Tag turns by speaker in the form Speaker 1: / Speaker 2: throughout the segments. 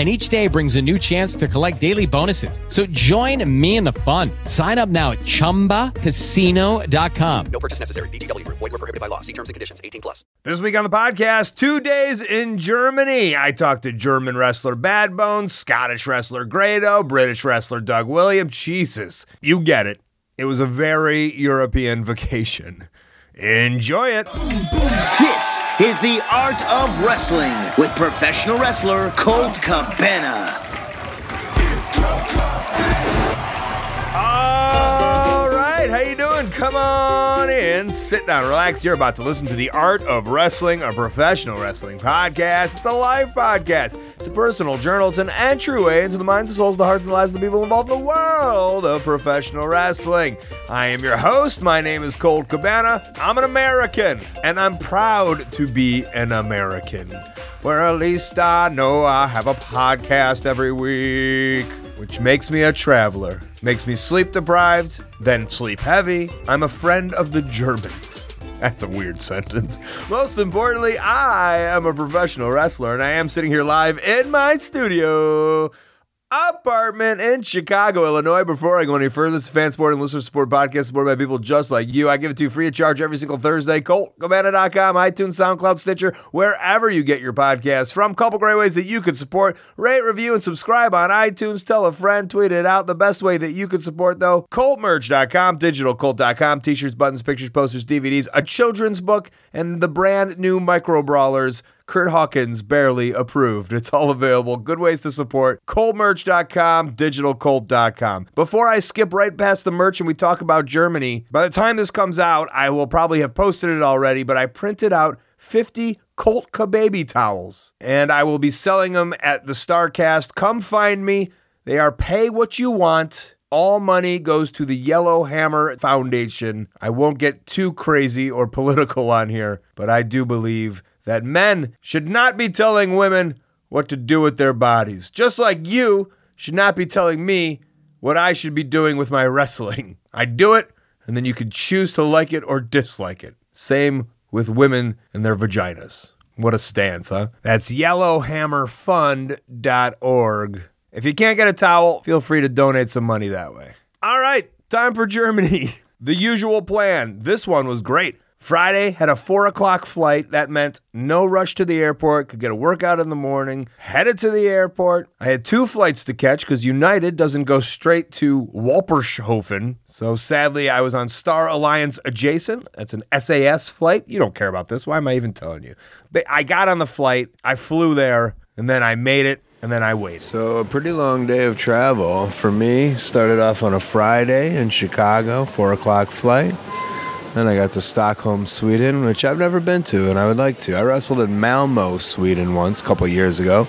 Speaker 1: and each day brings a new chance to collect daily bonuses. So join me in the fun. Sign up now at ChumbaCasino.com.
Speaker 2: No purchase necessary. VGW Group. Void were prohibited by law. See terms and conditions. 18 plus.
Speaker 3: This week on the podcast, two days in Germany. I talked to German wrestler Bad Bones, Scottish wrestler Grado, British wrestler Doug Williams. Jesus, you get it. It was a very European vacation. Enjoy it.
Speaker 4: This is the art of wrestling with professional wrestler Colt Cabana.
Speaker 3: All right, how you doing? Come on in, sit down, relax. You're about to listen to the Art of Wrestling, a professional wrestling podcast. It's a live podcast. It's a personal journal. It's an entryway into the minds, the souls, the hearts, and the lives of the people involved in the world of professional wrestling. I am your host. My name is Colt Cabana. I'm an American, and I'm proud to be an American. Where at least I know I have a podcast every week which makes me a traveler, makes me sleep deprived, then sleep heavy. I'm a friend of the Germans. That's a weird sentence. Most importantly, I am a professional wrestler and I am sitting here live in my studio apartment in Chicago, Illinois. Before I go any further, this is fan support and listener support podcast supported by people just like you. I give it to you free of charge every single Thursday. ColtGabana.com, iTunes, SoundCloud, Stitcher, wherever you get your podcasts from. Couple great ways that you could support. Rate, review, and subscribe on iTunes. Tell a friend, tweet it out. The best way that you could support, though, ColtMerch.com, DigitalColt.com, t-shirts, buttons, pictures, posters, DVDs, a children's book, and the brand new Micro Brawlers. Kurt Hawkins barely approved. It's all available. Good ways to support. Coldmerch.com, digitalcold.com. Before I skip right past the merch and we talk about Germany, by the time this comes out, I will probably have posted it already, but I printed out 50 Colt baby towels and I will be selling them at the Starcast. Come find me. They are pay what you want. All money goes to the Yellow Hammer Foundation. I won't get too crazy or political on here, but I do believe that men should not be telling women what to do with their bodies, just like you should not be telling me what I should be doing with my wrestling. I do it, and then you can choose to like it or dislike it. Same with women and their vaginas. What a stance, huh? That's yellowhammerfund.org. If you can't get a towel, feel free to donate some money that way. All right, time for Germany. The usual plan. This one was great. Friday had a four o'clock flight. That meant no rush to the airport, could get a workout in the morning, headed to the airport. I had two flights to catch because United doesn't go straight to Walpershofen. So sadly, I was on Star Alliance adjacent. That's an SAS flight. You don't care about this. Why am I even telling you? But I got on the flight, I flew there, and then I made it, and then I waited.
Speaker 5: So, a pretty long day of travel for me. Started off on a Friday in Chicago, four o'clock flight. Then I got to Stockholm, Sweden, which I've never been to and I would like to. I wrestled in Malmo, Sweden once a couple of years ago.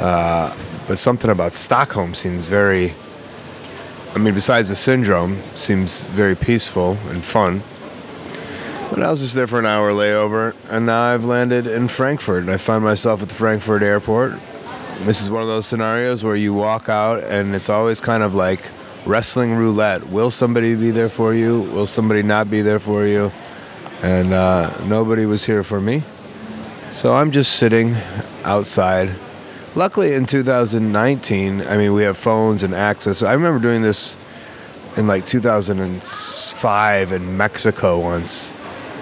Speaker 5: Uh, but something about Stockholm seems very, I mean, besides the syndrome, seems very peaceful and fun. But I was just there for an hour layover, and now I've landed in Frankfurt, and I find myself at the Frankfurt airport. This is one of those scenarios where you walk out, and it's always kind of like wrestling roulette. Will somebody be there for you? Will somebody not be there for you? And uh, nobody was here for me. So I'm just sitting outside. Luckily, in 2019, I mean, we have phones and access. I remember doing this in like 2005 in Mexico once.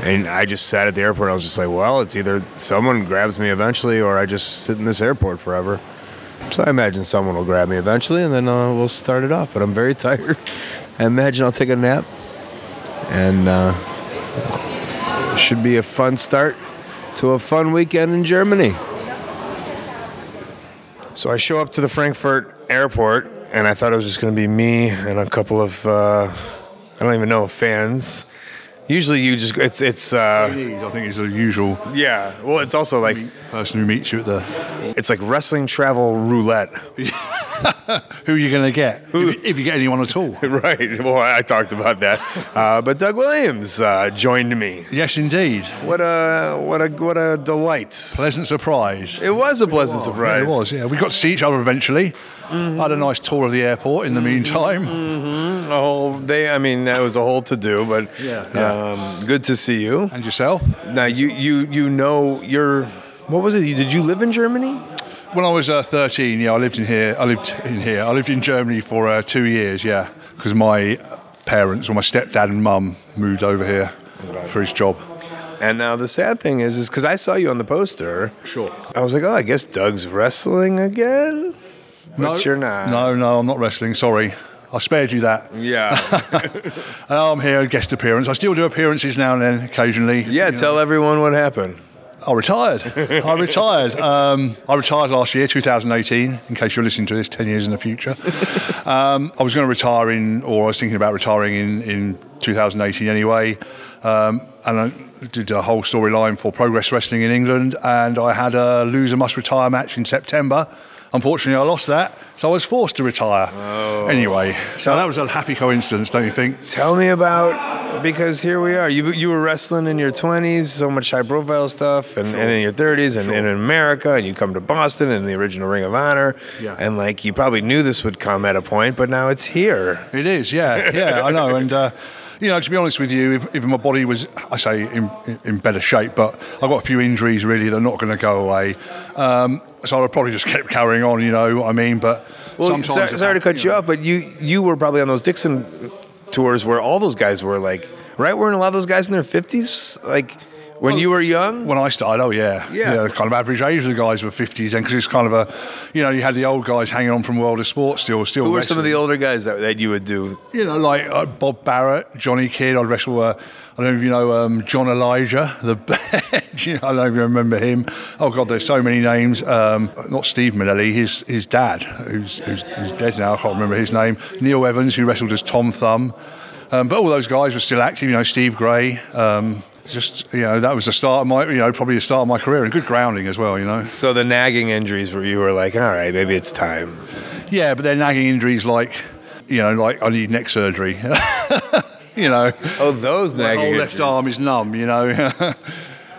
Speaker 5: And I just sat at the airport. I was just like, well, it's either someone grabs me eventually or I just sit in this airport forever. So I imagine someone will grab me eventually and then uh, we'll start it off. But I'm very tired. I imagine I'll take a nap. And uh, should be a fun start to a fun weekend in Germany. So I show up to the Frankfurt airport, and I thought it was just going to be me and a couple of uh, I don't even know fans. Usually, you just it's it's uh,
Speaker 6: I think it's the usual
Speaker 5: yeah. Well, it's also like
Speaker 6: person who meets you at the.
Speaker 5: it's like wrestling travel roulette.
Speaker 6: Who are you going to get? If you, if you get anyone at all.
Speaker 5: right. Well, I talked about that, uh, but Doug Williams uh, joined me.
Speaker 6: Yes, indeed.
Speaker 5: What a what a what a delight!
Speaker 6: Pleasant surprise.
Speaker 5: It was a pleasant surprise. Mm-hmm.
Speaker 6: Yeah, it was, yeah. We got to see each other eventually. I had a nice tour of the airport in the meantime.
Speaker 5: A whole day. I mean, that was a whole to do, but
Speaker 6: Yeah.
Speaker 5: Um, good to see you.
Speaker 6: And yourself?
Speaker 5: Now you you you know you're. What was it? You- Did you live in Germany?
Speaker 6: When I was uh, 13, yeah, I lived in here. I lived in here. I lived in Germany for uh, two years, yeah, because my parents or my stepdad and mum moved over here for his job.
Speaker 5: And now the sad thing is, is because I saw you on the poster.
Speaker 6: Sure.
Speaker 5: I was like, oh, I guess Doug's wrestling again.
Speaker 6: No,
Speaker 5: But you're not.
Speaker 6: No, no, I'm not wrestling. Sorry, I spared you that.
Speaker 5: Yeah.
Speaker 6: And I'm here guest appearance. I still do appearances now and then, occasionally.
Speaker 5: yeah. Tell everyone what happened.
Speaker 6: I retired. I retired. Um, I retired last year, 2018. In case you're listening to this, 10 years in the future. Um, I was going to retire in, or I was thinking about retiring in, in 2018 anyway. Um, and I did a whole storyline for Progress Wrestling in England, and I had a loser must retire match in September. Unfortunately, I lost that, so I was forced to retire. Anyway, so that was a happy coincidence, don't you think?
Speaker 5: Oh. Tell me about because here we are. You you were wrestling in your twenties, so much high profile stuff, and, and in your thirties, and, and in America, and you come to Boston and the original Ring of Honor,
Speaker 6: Yeah.
Speaker 5: and like you probably knew this would come at a point, but now it's here.
Speaker 6: It is, yeah, yeah, I know. And uh, you know, to be honest with you, if, if my body was, I say, in, in better shape, but I've got a few injuries really that are not going to go away. Um, so I probably just kept carrying on, you know what I mean? But
Speaker 5: Well,
Speaker 6: sometimes,
Speaker 5: sorry, sorry to cut you
Speaker 6: know,
Speaker 5: off, but you you were probably on those Dixon tours where all those guys were like, right? Weren't a lot of those guys in their fifties? Like when you were young,
Speaker 6: When I started, oh yeah,
Speaker 5: Yeah.
Speaker 6: kind of average age of the guys were fifties then, because it's kind of a, you know, you had the old guys hanging on from World of Sports still, still.
Speaker 5: who were some of the
Speaker 6: wrestling.
Speaker 5: older guys that, that you would do?
Speaker 6: you know, like uh, Bob Barrett, Johnny Kidd. I'd wrestle. Uh, I don't know if you know um, John Elijah. The you know, I don't even remember him. Oh God, there's so many names. Um, not Steve Minnelli, his his dad, who's, who's who's dead now. I can't remember his name. Neil Evans, who wrestled as Tom Thumb. Um, but all those guys were still active. You know, Steve Gray. Um, just you know, that was the start of my you know probably the start of my career and good grounding as well. You know.
Speaker 5: So the nagging injuries where you were like, all right, maybe it's time.
Speaker 6: Yeah, but they're nagging injuries like you know like I need neck surgery. you know.
Speaker 5: Oh, those
Speaker 6: My
Speaker 5: nagging
Speaker 6: whole
Speaker 5: injuries.
Speaker 6: left arm is numb, you know.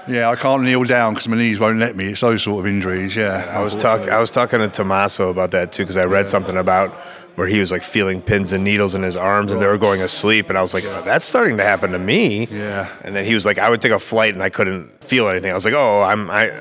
Speaker 6: yeah, I can't kneel down because my knees won't let me. It's those sort of injuries, yeah.
Speaker 5: I was talking. I was talking to Tommaso about that too because I read something about where he was like feeling pins and needles in his arms and they were going asleep and I was like, oh, that's starting to happen to me.
Speaker 6: Yeah.
Speaker 5: And then he was like, I would take a flight and I couldn't feel anything. I was like, oh, I'm I,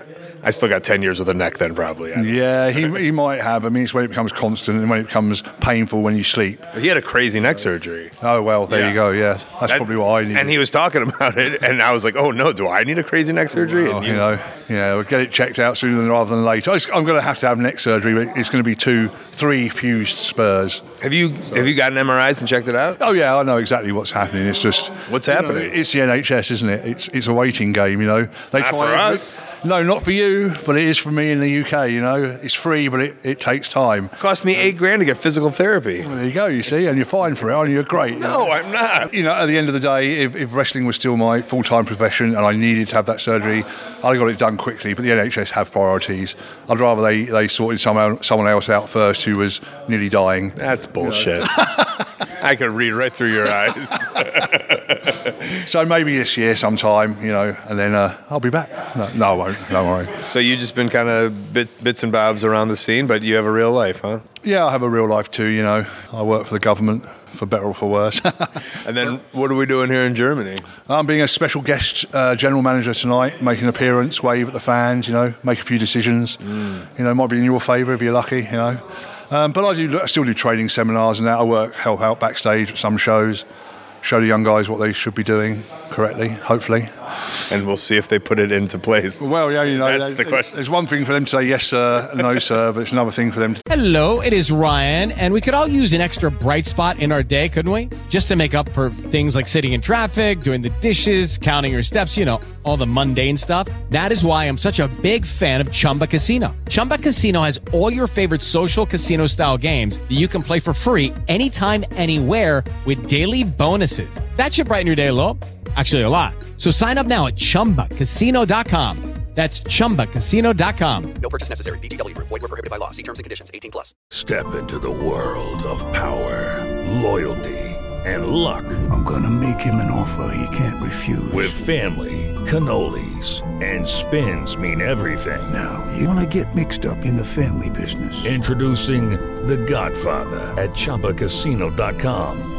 Speaker 5: I still got ten years with a neck then probably. I-
Speaker 6: Yeah, he, he might have. I mean, it's when it becomes constant and when it becomes painful when you sleep.
Speaker 5: He had a crazy neck surgery.
Speaker 6: Oh, well, there
Speaker 5: Yeah.
Speaker 6: you go, yeah. That's
Speaker 5: That-
Speaker 6: probably what I need.
Speaker 5: And he was talking about it and I was like, oh no, do I need a crazy neck surgery?
Speaker 6: Oh,
Speaker 5: and
Speaker 6: you know, yeah, we'll get it checked out sooner than- rather than later. It's- I'm going to have to have neck surgery, but it's going to be two, three fused spurs.
Speaker 5: have you have you gotten MRIs and checked it out?
Speaker 6: Oh yeah, I know exactly what's happening. It's just
Speaker 5: What's
Speaker 6: you know,
Speaker 5: happening?
Speaker 6: it's the NHS, isn't it? It's it's a waiting game. You know, they
Speaker 5: Not for
Speaker 6: every-
Speaker 5: us.
Speaker 6: No, not for you, but it is for me in the UK. You know, it's free, but it, it takes time.
Speaker 5: Cost me eight grand to get physical therapy.
Speaker 6: There you go. You see, and you're fine for it, and you're great.
Speaker 5: No, I'm not.
Speaker 6: You know, at the end of the day, if, if wrestling was still my full time profession and I needed to have that surgery, I got it done quickly. But the NHS have priorities. I'd rather they, they sorted someone, someone else out first who was nearly dying.
Speaker 5: That's bullshit. I could read right through your eyes.
Speaker 6: So maybe this year sometime, you know, and then uh, I'll be back. No, no, I won't. Don't worry.
Speaker 5: so you just been kind of bit, bits and bobs around the scene, but you have a real life, huh?
Speaker 6: Yeah, I have a real life too, you know. I work for the government, for better or for worse.
Speaker 5: And then what are we doing here in Germany?
Speaker 6: I'm being a special guest uh, general manager tonight, make an appearance, wave at the fans, you know, make a few decisions.
Speaker 5: Mm.
Speaker 6: You know, might be in your favour if you're lucky, you know. Um, but I do, I still do training seminars and that. I work, help out backstage at some shows, show the young guys what they should be doing correctly, hopefully.
Speaker 5: and we'll see if they put it into place.
Speaker 6: Well, yeah, you know,
Speaker 5: That's
Speaker 6: they-
Speaker 5: the question.
Speaker 6: It's one thing for them to say yes, sir, no, sir, but it's another thing for them to
Speaker 1: Hello, it is Ryan, and we could all use an extra bright spot in our day, couldn't we? Just to make up for things like sitting in traffic, doing the dishes, counting your steps, you know, all the mundane stuff. That is why I'm such a big fan of Chumba Casino. Chumba Casino has all your favorite social casino style games that you can play for free anytime, anywhere with daily bonuses. That should brighten your day a little. Actually, a lot. So sign up now at chumbacasino.com. That's chumbacasino.com.
Speaker 2: No purchase necessary. VGW Group. Void were prohibited by law. See terms and conditions. 18 plus.
Speaker 7: Step into the world of power, loyalty, and luck
Speaker 8: I'm gonna make him an offer he can't refuse.
Speaker 7: with family, cannolis, and spins mean everything.
Speaker 8: now, you wanna get mixed up in the family business.
Speaker 7: Introducing The Godfather at ChumbaCasino.com.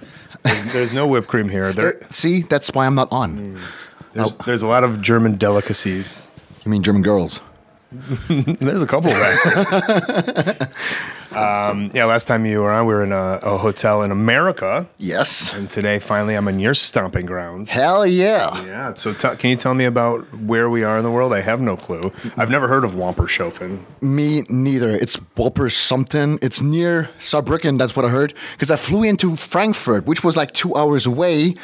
Speaker 5: There's, there's no whipped cream here. There,
Speaker 9: Uh,
Speaker 5: Hmm.
Speaker 9: See, that's why I'm not on. Oh.
Speaker 5: there's, there's a lot of German delicacies.
Speaker 9: You mean German girls?
Speaker 5: there's a couple right um, yeah, last time you were on, we were in a, a hotel in America.
Speaker 9: Yes.
Speaker 5: And today, finally, I'm in your stomping grounds.
Speaker 9: Hell yeah.
Speaker 5: Yeah. So, t- can you tell me about where we are in the world? I have no clue. I've never heard of Wampershofen.
Speaker 9: Me neither. It's Wupper something. It's near Saarbrücken. That's what I heard. Because I flew into Frankfurt, which was like two hours away,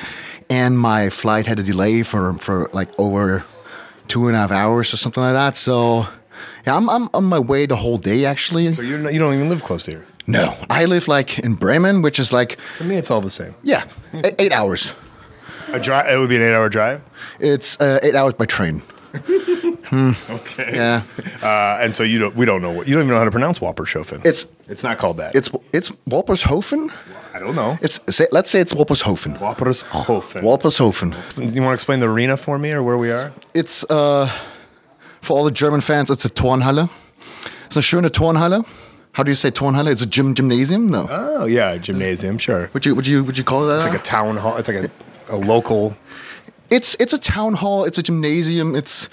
Speaker 9: and my flight had a delay for for like over two and a half hours or something like that. So, yeah, I'm, I'm on my way the whole day actually. So
Speaker 5: you you don't even live close to here.
Speaker 9: No, I live like in Bremen, which is like
Speaker 5: to me it's all the same.
Speaker 9: Yeah, e- eight hours.
Speaker 5: A drive. It would be an eight-hour drive.
Speaker 9: It's uh, eight hours by train. Hmm.
Speaker 5: Okay.
Speaker 9: Yeah.
Speaker 5: Uh, and so you don't. We don't know what. You don't even know how to pronounce Wampershofen.
Speaker 9: It's
Speaker 5: it's not called that.
Speaker 9: It's it's Walpershofen.
Speaker 5: I don't know.
Speaker 9: It's say, let's say it's Walpershofen.
Speaker 5: Walpershofen.
Speaker 9: Walpershofen.
Speaker 5: you want to explain the arena for me or where we are?
Speaker 9: It's uh, for all the German fans, it's a Turnhalle. It's a schöne Turnhalle. How do you say Turnhalle? It's a gym gymnasium. No.
Speaker 5: Oh yeah, gymnasium. Sure.
Speaker 9: Would you would you would you call that?
Speaker 5: It's like a town hall. It's like a, a local.
Speaker 9: It's it's a town hall. It's a gymnasium. It's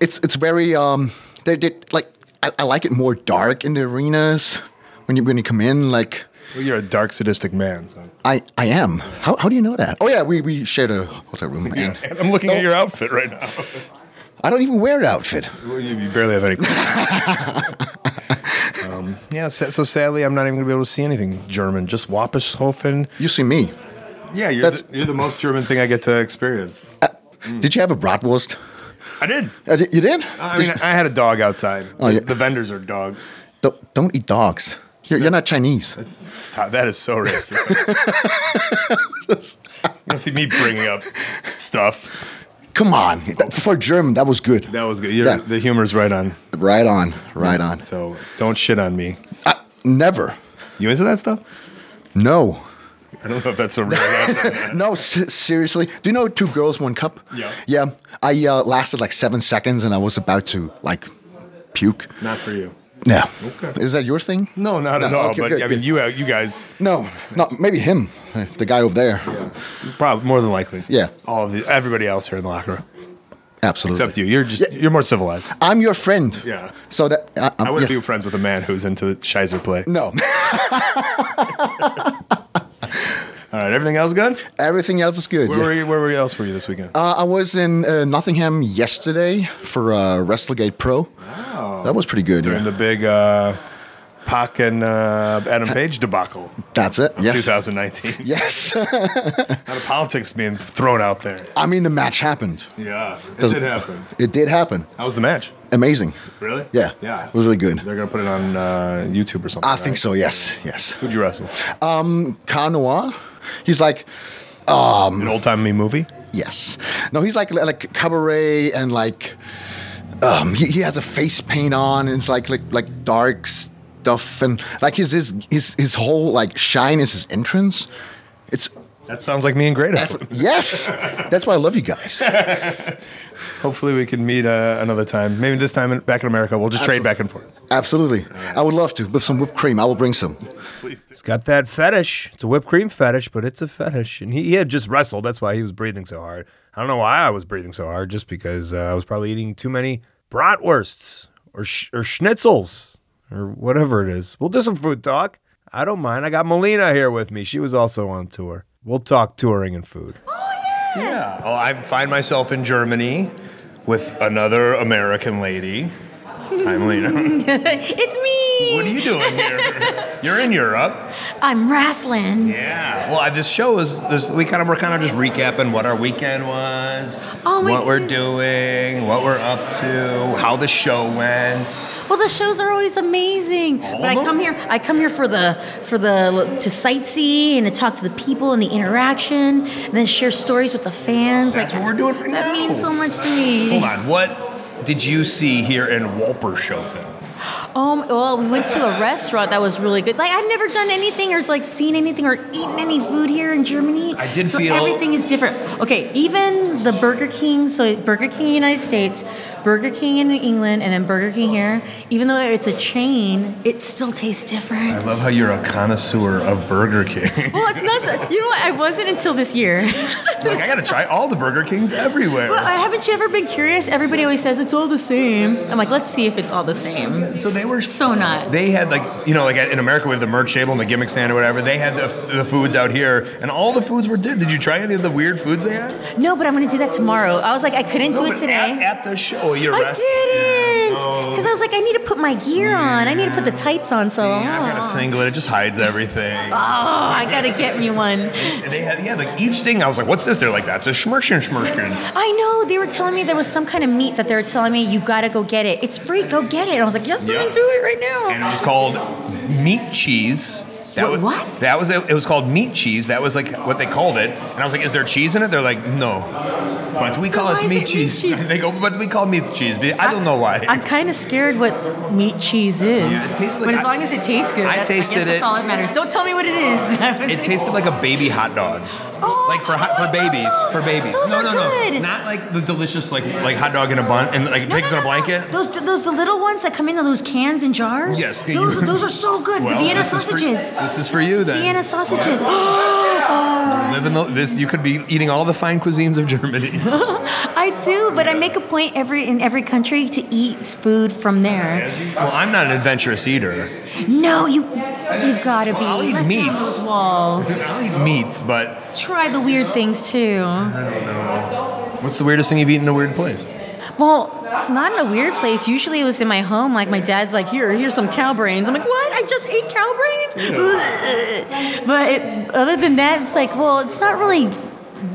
Speaker 9: it's it's very um. They did like I, I like it more dark in the arenas when you when you come in like.
Speaker 5: Well, you're a dark sadistic man. So.
Speaker 9: I, I am. How, how do you know that? Oh yeah, we, we shared a hotel room. And Oh,
Speaker 5: And I'm looking at your outfit right now.
Speaker 9: I don't even wear an outfit.
Speaker 5: Well, you, you barely have any. um, yeah. So, so sadly, I'm not even gonna be able to see anything German. Just Wappershofen.
Speaker 9: You see me.
Speaker 5: Yeah, you're the, you're the most German thing I get to experience.
Speaker 9: Uh, Did you have a bratwurst? Uh,
Speaker 5: I did.
Speaker 9: you did?
Speaker 5: I mean, I had a dog outside.
Speaker 9: Oh, yeah.
Speaker 5: The vendors are dogs.
Speaker 9: Don't, don't eat dogs. You're, you're not Chinese.
Speaker 5: Stop. That is so racist. don't see me bringing up stuff.
Speaker 9: Come on, That- for German, that was good.
Speaker 3: That was good. You're, The humor's right on.
Speaker 9: Right on. Right on.
Speaker 3: So don't shit on me.
Speaker 9: never.
Speaker 3: You into that stuff?
Speaker 9: No.
Speaker 3: I don't know if that's a real answer.
Speaker 9: no, s- seriously. Do you know two girls, one cup?
Speaker 3: Yeah.
Speaker 9: Yeah. I uh, lasted like seven seconds, and I was about to like puke.
Speaker 3: Not for you.
Speaker 9: Yeah.
Speaker 3: Okay.
Speaker 9: Is that your thing?
Speaker 3: No, Oh, not at all.
Speaker 9: okay,
Speaker 3: but
Speaker 9: good,
Speaker 3: I mean,
Speaker 9: good.
Speaker 3: you uh, you guys
Speaker 9: No, not maybe him, uh, the guy over there.
Speaker 3: probably more than likely.
Speaker 9: Yeah.
Speaker 3: All of the everybody else here in the locker room.
Speaker 9: Absolutely.
Speaker 3: Except you. You're just you're more civilized.
Speaker 9: I'm your friend.
Speaker 3: Yeah.
Speaker 9: So that I,
Speaker 3: I wouldn't
Speaker 9: yeah.
Speaker 3: be friends with a man who's into Shizer play.
Speaker 9: No.
Speaker 3: All right. Everything else good?
Speaker 9: Everything else is good.
Speaker 3: Where
Speaker 9: yeah.
Speaker 3: were you, where were you else were you this weekend?
Speaker 9: Uh, I was in uh, Nottingham yesterday for uh, WrestleGate Pro. Wow. That was pretty good.
Speaker 3: During
Speaker 9: yeah.
Speaker 3: the big uh, Pac and uh, Adam Page debacle
Speaker 9: That's it.
Speaker 3: of
Speaker 9: yes.
Speaker 3: 2019.
Speaker 9: Yes.
Speaker 3: A lot of politics being thrown out there.
Speaker 9: I mean, the match happened.
Speaker 3: Yeah. It
Speaker 9: Doesn't-
Speaker 3: did happen.
Speaker 9: It did happen.
Speaker 3: How was the match?
Speaker 9: Amazing.
Speaker 3: Really?
Speaker 9: Yeah.
Speaker 3: Yeah.
Speaker 9: It was really good.
Speaker 3: They're going to put it on uh, YouTube or something.
Speaker 9: I think
Speaker 3: right?
Speaker 9: so. Yes. Yes.
Speaker 3: Who'd you wrestle?
Speaker 9: Um, Kanoa. He's like, um,
Speaker 3: An old timey movie?
Speaker 9: Yes. No, he's like like cabaret and like um, he, he has a face paint on and it's like like like dark stuff and like his his his, his whole like shine is his entrance. It's
Speaker 3: That sounds like me and Grado.
Speaker 9: yes. That's why I love you guys.
Speaker 3: Hopefully we can meet uh, another time. Maybe this time in- back in America, we'll just trade
Speaker 9: Absolutely.
Speaker 3: back and forth.
Speaker 9: Absolutely. I would love to with some whipped cream. I will bring some.
Speaker 3: He's got that fetish. It's a whipped cream fetish, but it's a fetish. And he, he had just wrestled. That's why he was breathing so hard. I don't know why I was breathing so hard, just because uh, I was probably eating too many bratwursts or, sh- or schnitzels or whatever it is. We'll do some food talk. I don't mind. I got Melina here with me. She was also on tour. We'll talk touring and food. Yeah. Oh, I find myself in Germany with another American lady. Hi, Melina.
Speaker 10: it's me.
Speaker 3: What are you doing here? You're in Europe.
Speaker 10: I'm wrestling.
Speaker 3: Yeah. Well, I- this show is this. We kind of we're kind of just recapping what our weekend was,
Speaker 10: Oh, my
Speaker 3: what we're doing, what we're up to, how the show went.
Speaker 10: Well, the shows are always amazing. but I come here. I come here for the for the to sightsee and to talk to the people and the interaction, and then share stories with the fans. That's like, what we're doing right that now. That means so much to me.
Speaker 3: Hold on. What did you see here in Walpershofen?
Speaker 10: Um, well, we went to a restaurant that was really good. Like I've never done anything or like seen anything or eaten any food here in Germany. I
Speaker 3: did
Speaker 10: so
Speaker 3: feel-
Speaker 10: everything is different. Okay, even the Burger King. So Burger King United States, Burger King in England, and then Burger King here. Even though it's a chain, it still tastes different.
Speaker 3: I love how you're a connoisseur of Burger King.
Speaker 10: well, it's not. You know what? I wasn't until this year.
Speaker 3: like I gotta try all the Burger Kings
Speaker 10: But
Speaker 3: everywhere.
Speaker 10: uh, haven't you ever been curious? Everybody always says it's all the same. I'm like, let's see if it's all the same.
Speaker 3: So they were
Speaker 10: so not.
Speaker 3: They had like you know like in America we have the merch table and the gimmick stand or whatever. They had the, the foods out here, and all the foods were good. Did you try any of the weird foods they had?
Speaker 10: No, but I'm gonna do that tomorrow. I was like, I couldn't
Speaker 3: No,
Speaker 10: do it
Speaker 3: but
Speaker 10: today.
Speaker 3: At, at the show, you're
Speaker 10: I
Speaker 3: rest-
Speaker 10: didn't,
Speaker 3: Oh.
Speaker 10: because I was like, I need to put my gear on. I need to put the tights on. So
Speaker 3: I've got a singlet. It just hides everything.
Speaker 10: oh, I gotta get me one.
Speaker 3: And they had yeah, like each thing. I was like, "What's this?" They're like, "That's a schmirschen schmirschen."
Speaker 10: I know they were telling me there was some kind of meat that they were telling me you gotta go get it. It's free, go get it. And I was like, yes,
Speaker 3: Yeah.
Speaker 10: I'm gonna do it right now.
Speaker 3: And it was called meat cheese. That was what? That was it. was called meat cheese. That was like what they called it. And I was like, "Is there cheese in it?" They're like, "No." But we call it meat cheese. they go, but we call meat cheese. But I don't know why.
Speaker 10: I'm kind of scared what meat cheese is.
Speaker 3: Yeah, it tastes like-
Speaker 10: but as
Speaker 3: I-
Speaker 10: long as it tastes good,
Speaker 3: I
Speaker 10: that's,
Speaker 3: tasted
Speaker 10: guess
Speaker 3: it.
Speaker 10: That's all that matters. Don't tell me what it is.
Speaker 3: It tasted like a baby hot dog.
Speaker 10: Oh,
Speaker 3: like for hot, for babies, for babies.
Speaker 10: Those
Speaker 3: no,
Speaker 10: are
Speaker 3: no, no,
Speaker 10: good.
Speaker 3: not like the delicious like like hot dog in a bun and like pigs in a blanket.
Speaker 10: Those those little ones that come in those cans and jars.
Speaker 3: Yes, can
Speaker 10: those,
Speaker 3: you-
Speaker 10: those are so good.
Speaker 3: Well,
Speaker 10: the Vienna
Speaker 3: this is for-
Speaker 10: sausages.
Speaker 3: this is for you then.
Speaker 10: Vienna sausages. Oh,
Speaker 3: Live in the, this, you could be eating all the fine cuisines of Germany.
Speaker 10: I do, but I make a point every in every country to eat food from there.
Speaker 3: Well, I'm not an adventurous eater.
Speaker 10: No, you you gotta be.
Speaker 3: I'll eat
Speaker 10: Let down
Speaker 3: meats.
Speaker 10: those walls.
Speaker 3: I'll eat meats, but
Speaker 10: Try the weird things too.
Speaker 3: what's the weirdest thing you've eaten in a weird place?
Speaker 10: Well, not in a weird place. Usually it was in my home. Like my dad's like, here, here's some cow brains. I'm like, what? I just ate cow brains? Ugh. but it, other than that, it's like, well, it's not really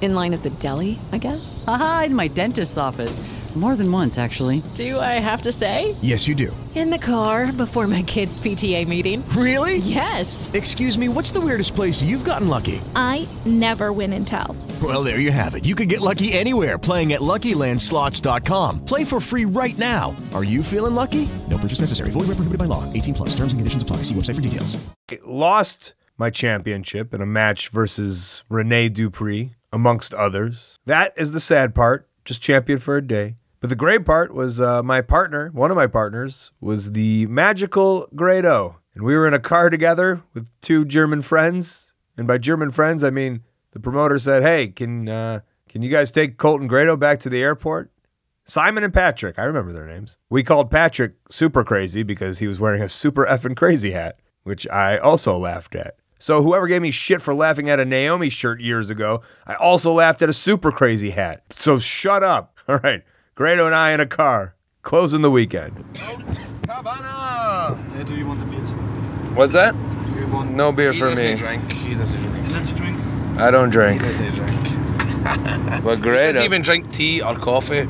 Speaker 11: In line at the deli, I guess? Aha, in my dentist's office. More than once, actually.
Speaker 12: Do I have to say?
Speaker 13: Yes, you do.
Speaker 12: In the car before my kids' PTA meeting.
Speaker 13: Really?
Speaker 12: Yes.
Speaker 13: Excuse me, what's the weirdest place you've gotten lucky?
Speaker 14: I never win and tell.
Speaker 13: Well, there you have it. You can get lucky anywhere playing at LuckyLandSlots.com. Play for free right now. Are you feeling lucky? No purchase necessary. Void where prohibited by law. 18 plus. Terms and conditions apply. See website for details.
Speaker 3: lost my championship in a match versus Rene Dupree, amongst others. That is the sad part, just champion for a day. But the great part was uh, my partner, one of my partners, was the magical Great O. And we were in a car together with two German friends. And by German friends, I mean the promoter said, Hey, can, uh, can you guys take Colton Grado back to the airport? Simon and Patrick, I remember their names. We called Patrick super crazy because he was wearing a super effing crazy hat, which I also laughed at. So whoever gave me shit for laughing at a Naomi shirt years ago, I also laughed at a super crazy hat. So shut up. All right. Grado and I in a car, closing the weekend.
Speaker 15: do you want a beer too?
Speaker 3: What's that? No beer for me.
Speaker 15: He doesn't drink. Energy drink?
Speaker 3: I don't drink. But
Speaker 15: He
Speaker 3: Grado.
Speaker 15: doesn't even drink tea or coffee.
Speaker 3: uh,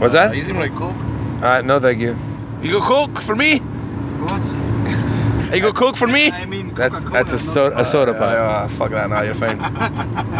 Speaker 3: What's that?
Speaker 15: He's even like Coke.
Speaker 3: Uh, no, thank you.
Speaker 15: You got Coke for me? Of course. You got Coke for me? I mean,
Speaker 3: That's that's a, so- a soda pop.
Speaker 15: fuck that now, you're fine.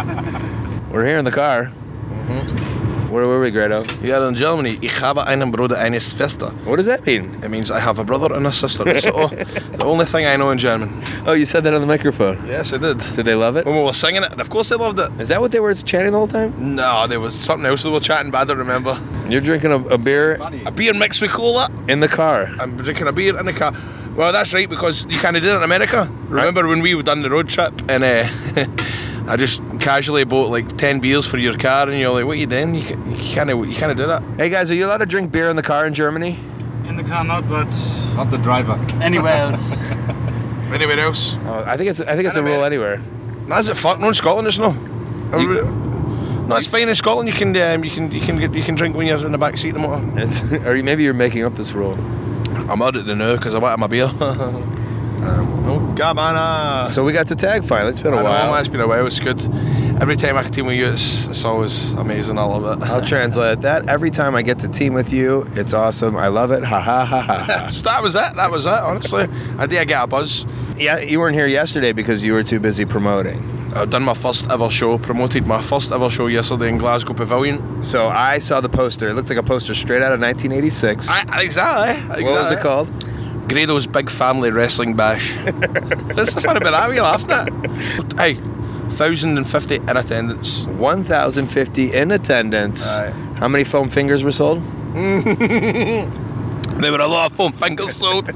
Speaker 3: We're here in the car. Where were we, Grado?
Speaker 15: Mm-hmm. We are in Germany. Ich habe einen Bruder, eine Schwester.
Speaker 3: What does that mean?
Speaker 15: It means I have a brother and a sister. so, the only thing I know in German.
Speaker 3: Oh, you said that on the microphone.
Speaker 15: Yes, I did.
Speaker 3: Did they love it?
Speaker 15: When we were singing it, of course they loved it.
Speaker 3: Is that what they were chatting the whole time?
Speaker 15: No, there was something else they were chatting, but I don't remember.
Speaker 3: You're drinking a, a beer
Speaker 15: A beer mix, we call that.
Speaker 3: in the car.
Speaker 15: I'm drinking a beer in the car. Well, that's right because you kind of did it in America. Remember when we done the road trip and uh, I just casually bought like ten beers for your car, and you're like, "What are you doing? You ca- you kind of you kind of do that."
Speaker 3: Hey guys, are you allowed to drink beer in the car in Germany?
Speaker 15: In the car, not but
Speaker 3: Not the driver.
Speaker 15: anywhere else. anywhere else?
Speaker 3: Oh, I think it's I think it's a rule anywhere.
Speaker 15: That's it. Fuck no, in Scotland it's no. Everybody- no, it's fine in Scotland. You can um, you can you can get, you can drink when you're in the back seat of the motor.
Speaker 3: It's, or you- maybe you're making up this rule.
Speaker 15: I'm out at the now because I'm out of my beer. oh, Gabbana.
Speaker 3: Um, So we got to tag finally. It's been a
Speaker 15: I know,
Speaker 3: while.
Speaker 15: man, it's been a while. It's good. Every time I team with you, it's, it's always amazing. I love it.
Speaker 3: I'll translate that. Every time I get to team with you, it's awesome. I love it. Ha ha ha ha.
Speaker 15: so that was it. That was it. Honestly, I did get a buzz.
Speaker 3: Yeah, you weren't here yesterday because you were too busy promoting.
Speaker 15: I've done my first ever show. Promoted my first ever show yesterday in Glasgow Pavilion.
Speaker 3: So I saw the poster. It looked like a poster straight out of 1986.
Speaker 15: I, exactly, exactly.
Speaker 3: What was it called?
Speaker 15: Grado's Big Family Wrestling Bash. That's the fun about that. We're laughing at. it. Hey, 1,050 in attendance.
Speaker 3: 1,050 in attendance. How many foam fingers were sold?
Speaker 15: there Mm-hmm. were a lot of foam fingers sold.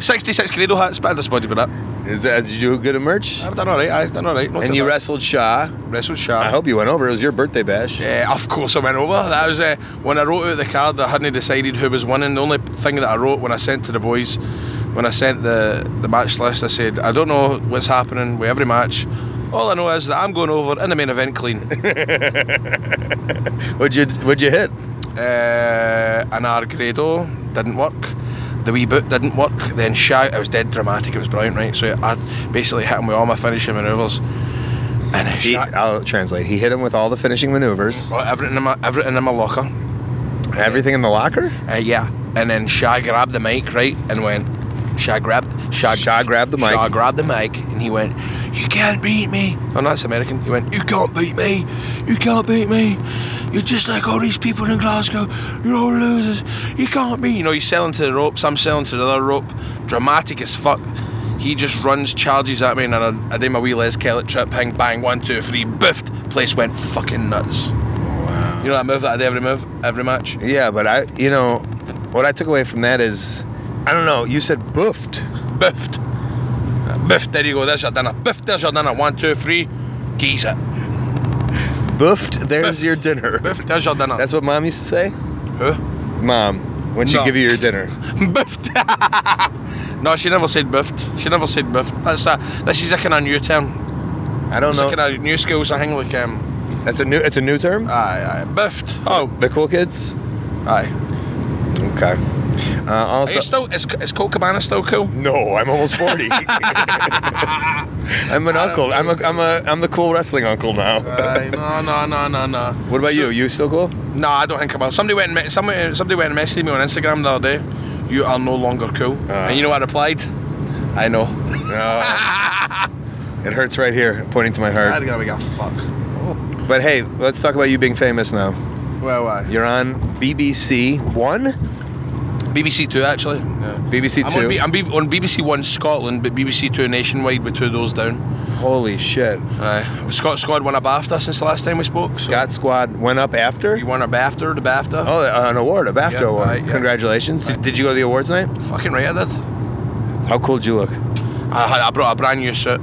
Speaker 15: 66 Grado hats, but I disappointed with that.
Speaker 3: Is that did you do good at merch?
Speaker 15: I've done all right. I've done all right.
Speaker 3: and you wrestled Shaw.
Speaker 15: Wrestled Shaw.
Speaker 3: I hope you went over. It was your birthday bash.
Speaker 15: Yeah, of course I went over. That was uh, when I wrote out the card. I hadn't decided who was winning. The only thing that I wrote when I sent to the boys, when I sent the the match list, I said I don't know what's happening with every match. All I know is that I'm going over in the main event clean.
Speaker 3: would you Would you hit?
Speaker 15: Uh, an Argredo didn't work. The wee boot didn't work. Then Shy, it was dead dramatic. It was brilliant, right? So I basically hit him with all my finishing manoeuvres. And uh,
Speaker 3: He, I'll translate. He hit him with all the finishing maneuvers.
Speaker 15: Well, everything in my everything in my locker. Everything in the locker? Uh, yeah. And then Shy grabbed the mic, right? And went, Shy grabbed, Shy, Shy grabbed the mic. Shy grabbed the mic, and he went, You can't beat me. Oh, no, that's American. He went, You can't beat me. You can't beat me. You're just like all these people in Glasgow. You're all losers. You can't beat. You know, he's selling to the ropes. I'm selling to the other rope. Dramatic as fuck. He just runs, charges at me, and I, I did my wee Les Kellett trip, ping, bang, one, two, three, biffed. Place went fucking nuts. You know that move that I do every move, every match?
Speaker 3: Yeah, but I, you know, what I took away from that is, I don't know, you said boofed.
Speaker 15: Biffed. Biffed, there you go, there's your dinner. Biffed, there's your dinner. One, two, three, geese it.
Speaker 3: Boofed, there's your dinner. Boofed,
Speaker 15: there's your dinner.
Speaker 3: That's what mom used to say?
Speaker 15: Huh?
Speaker 3: Mom, when she
Speaker 15: No.
Speaker 3: give you your dinner.
Speaker 15: No, she never said biffed. She never said biffed. That's a, this is a kind of new term.
Speaker 3: I don't
Speaker 15: it's
Speaker 3: know.
Speaker 15: It's a kind of new skills, I think, like, um,
Speaker 3: That's a new, it's a new term?
Speaker 15: Aye, aye. Biffed.
Speaker 3: Oh, the cool kids?
Speaker 15: Aye.
Speaker 3: Okay. Uh, also,
Speaker 15: Are you still, oh, is, is Colt Cabana still cool?
Speaker 3: No, I'm almost 40. I'm an uncle. I'm a, I'm a, I'm the cool wrestling uncle now.
Speaker 15: Aye, no, no, no, no, no.
Speaker 3: What about you? You still cool?
Speaker 15: No, I don't think I'm. Somebody went, and me- somebody, somebody went and messaged me on Instagram the other day. You are no longer cool. and you know what I replied? I know.
Speaker 3: it hurts right here, pointing to my heart.
Speaker 15: I'd gonna be a fuck.
Speaker 3: But hey, let's talk about you being famous now.
Speaker 15: Well, why?
Speaker 3: You're on BBC One?
Speaker 15: BBC Two, actually.
Speaker 3: BBC
Speaker 15: I'm
Speaker 3: Two.
Speaker 15: On, B- I'm B- on BBC One Scotland, but BBC Two nationwide with two of those down.
Speaker 3: Holy shit.
Speaker 15: Aye. Scott Squad won a BAFTA since the last time we spoke.
Speaker 3: Scott Squad went up after?
Speaker 15: You won a BAFTA, the BAFTA.
Speaker 3: Oh, uh, an award, a BAFTA
Speaker 15: Yeah,
Speaker 3: award.
Speaker 15: right, yeah.
Speaker 3: Congratulations. Did, did you go to the awards night?
Speaker 15: Fucking right, I did.
Speaker 3: How cool did you look?
Speaker 15: I, had, I brought a brand new suit.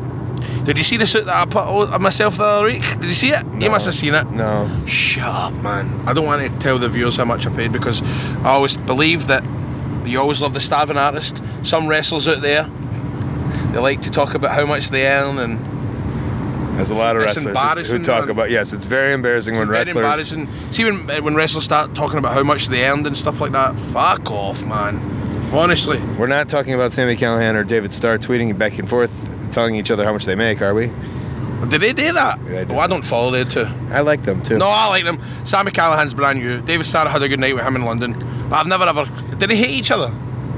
Speaker 15: Did you see the suit that I put on myself the other week? Did you see it? You must have seen it.
Speaker 3: No.
Speaker 15: Shut up, man. I don't want to tell the viewers how much I paid because I always believe that you always love the starving artist. Some wrestlers out there, they like to talk about how much they earn and
Speaker 3: There's a lot of
Speaker 15: It's
Speaker 3: wrestlers who- who
Speaker 15: embarrassing,
Speaker 3: talk
Speaker 15: man.
Speaker 3: about. Yes, it's very embarrassing when
Speaker 15: very
Speaker 3: wrestlers.
Speaker 15: embarrassing. See when when wrestlers start talking about how much they earned and stuff like that. Fuck off, man. Honestly.
Speaker 3: We're not talking about Sammy Callahan or David Starr tweeting back and forth, telling each other how much they make, are we?
Speaker 15: Did they do that? Oh, I don't follow them too.
Speaker 3: I like them too.
Speaker 15: No, I like them. Sammy Callahan's brand new. David Starr had a good night with him in London. But I've never ever. Did they hate each other?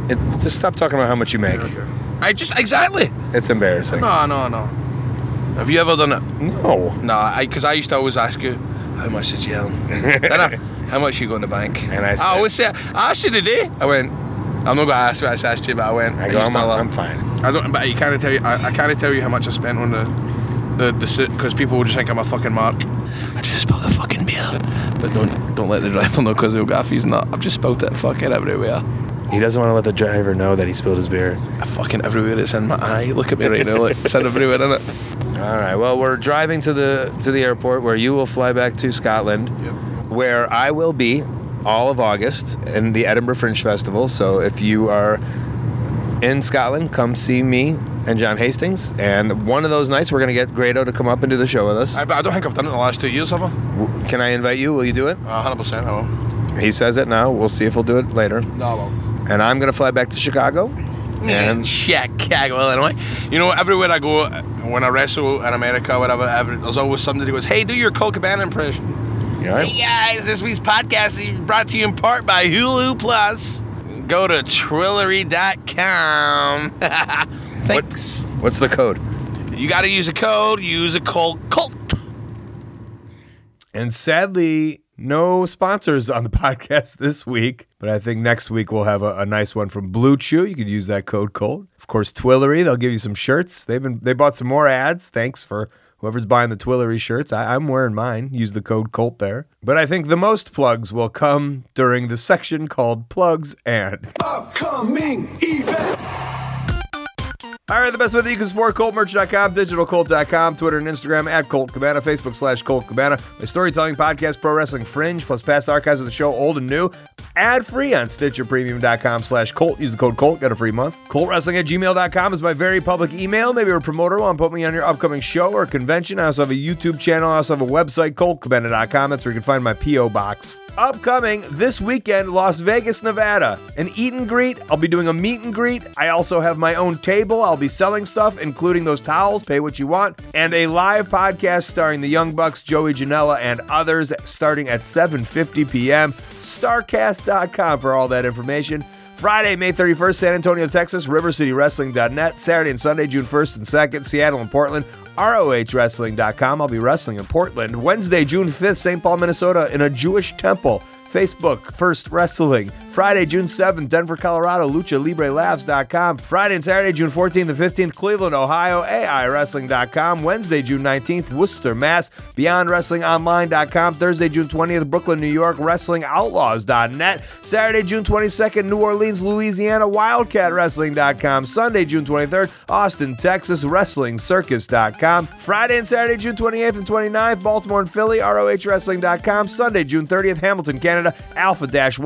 Speaker 3: It, just stop talking about how much you make.
Speaker 15: I just exactly.
Speaker 3: It's embarrassing.
Speaker 15: No, no, no. Have you ever done it?
Speaker 3: No.
Speaker 15: Nah, because I, used to always ask you, how much did you earn? Then I, how much you got in the bank? And
Speaker 3: I
Speaker 15: I always say, I asked you today. I went, I'm not going to ask what I asked you, but I went,
Speaker 3: I go,
Speaker 15: used
Speaker 3: I'm,
Speaker 15: to love-
Speaker 3: I'm fine.
Speaker 15: I don't, but I can't tell you. I, I can't tell you how much I spent on the the, the suit because people will just think I'm a fucking mark. I just spilled a fucking beer, but don't don't let the driver know because he'll gaff. He's not. I've just spilled it fucking everywhere.
Speaker 3: He doesn't want to let the driver know that he spilled his beer.
Speaker 15: Fucking everywhere. It's in my eye. Look at me right now. Look, it's in everywhere, isn't it?
Speaker 3: All right. Well, we're driving to the to the airport where you will fly back to Scotland, where I will be all of August in the Edinburgh Fringe Festival. So if you are in Scotland, come see me and John Hastings. And one of those nights, we're gonna get Grado to come up and do the show with us.
Speaker 15: I, but I don't think I've done it in the last two years, have I?
Speaker 3: W- Can I invite you? Will you do it?
Speaker 15: Uh, 100%. I will.
Speaker 3: He says it now. We'll see if he'll do it later.
Speaker 15: No, I will.
Speaker 3: And I'm gonna fly back to Chicago.
Speaker 15: And Chicago, Illinois. You know, everywhere I go, uh, when I wrestle in America, whatever, every, there's always somebody who goes, "Hey, do your Colt Cabana impression."
Speaker 3: You all right?
Speaker 15: Hey guys, this week's podcast is brought to you in part by Hulu Plus. Go to Trillery.com. Thanks.
Speaker 3: What's the code?
Speaker 15: You got to use a code. Use a cult. Cult.
Speaker 3: And sadly, no sponsors on the podcast this week. But I think next week we'll have a, a nice one from Blue Chew. You could use that code cold. Of course, Twillery, they'll give you some shirts. They've been they bought some more ads. Thanks for whoever's buying the Twillery shirts. I, I'm wearing mine. Use the code Colt there. But I think the most plugs will come during the section called Plugs and
Speaker 8: Upcoming events.
Speaker 3: All right, the best way that you can support ColtMerch.com, DigitalColt.com, Twitter and Instagram at Colt Cabana, Facebook slash Colt Cabana, my storytelling podcast, Pro Wrestling Fringe, plus past archives of the show, old and new, ad free on StitcherPremium.com slash Colt. Use the code Colt, get a free month. ColtWrestling at gmail.com is my very public email. Maybe you're a promoter, want to put me on your upcoming show or convention. I also have a YouTube channel, I also have a website, ColtCabana.com. That's where you can find my P.O. box. upcoming this weekend, Las Vegas, Nevada. An eat and greet. I'll be doing a meet and greet. I also have my own table. I'll be selling stuff, including those towels, pay what you want, and a live podcast starring the Young Bucks, Joey Janela, and others starting at 7.50 p.m. Starcast.com for all that information. Friday, May 31st, San Antonio, Texas, RiverCityWrestling.net. Saturday and Sunday, June 1st and 2nd, Seattle and Portland, ROHWrestling.com. I'll be wrestling in Portland. Wednesday, June 5th, St. Paul, Minnesota, in a Jewish temple. Facebook, First Wrestling. Friday, June 7th, Denver, Colorado, LuchaLibreLabs.com. Friday and Saturday, June 14th and 15th, Cleveland, Ohio, AIWrestling.com. Wednesday, June 19th, Worcester, Mass, BeyondWrestlingOnline.com. Thursday, June 20th, Brooklyn, New York, WrestlingOutlaws.net. Saturday, June 22nd, New Orleans, Louisiana, WildcatWrestling.com. Sunday, June 23rd, Austin, Texas, WrestlingCircus.com. Friday and Saturday, June 28th and 29th, Baltimore and Philly, ROHWrestling.com. Sunday, June 30th, Hamilton, Canada,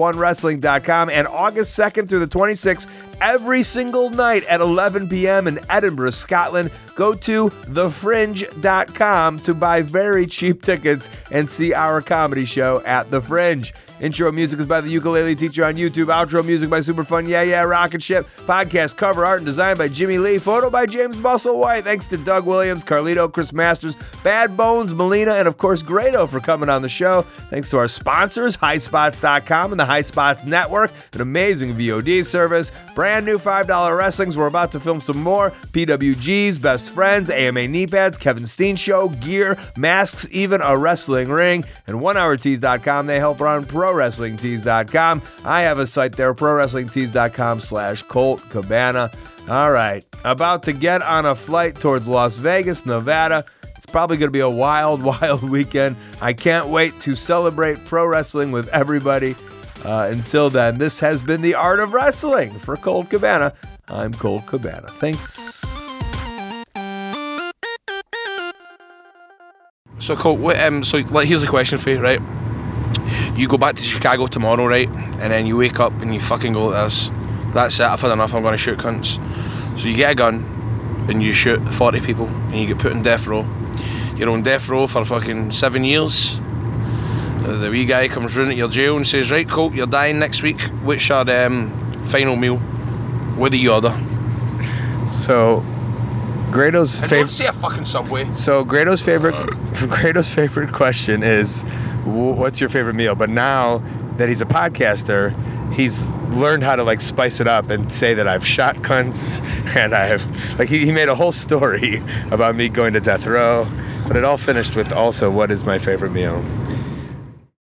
Speaker 3: Alpha-1Wrestling.com. And August 2nd through the 26th, every single night at 11 p.m. in Edinburgh, Scotland, go to thefringe.com to buy very cheap tickets and see our comedy show at The Fringe. Intro music is by the ukulele teacher on YouTube. Outro music by Super Fun Yeah Yeah Rocket Ship. Podcast cover art and design by Jimmy Lee. Photo by James Muscle White. Thanks to Doug Williams, Carlito, Chris Masters, Bad Bones, Melina, and of course Grado for coming on the show. Thanks to our sponsors, HighSpots.com and the High Spots Network, an amazing VOD service. Brand new $5 wrestlings. We're about to film some more. PWGs, Best Friends, AMA Knee Pads, Kevin Steen Show, Gear, Masks, even a wrestling ring. And OneHourTees.com. They help run ProWrestlingTees.com. I have a site there, ProWrestlingTees.com slash Colt Cabana. All right, about to get on a flight towards Las Vegas, Nevada. It's probably going to be a wild, wild weekend. I can't wait to celebrate pro wrestling with everybody. Uh, until then, this has been The Art of Wrestling for Colt Cabana. I'm Colt Cabana. Thanks.
Speaker 15: So Colt, what, um, so like, here's a question for you, right? You go back to Chicago tomorrow, right? And then you wake up and you fucking go like this. That's it. I've had enough. I'm going to shoot cunts. So you get a gun and you shoot 40 people and you get put in death row. You're on death row for fucking seven years. Uh, The wee guy comes round at your jail and says, "Right, Colt, you're dying next week. What's your um, final meal? What do you order?"
Speaker 5: So, Grado's
Speaker 15: I
Speaker 5: favorite.
Speaker 15: don't see a fucking subway.
Speaker 5: So Grado's favorite Grado's favorite question is, "Wh- "What's your favorite meal?" But now that he's a podcaster, he's learned how to like spice it up and say that I've shot cunts and I've like he, he made a whole story about me going to death row. But it all finished with also, "What is my favorite meal?"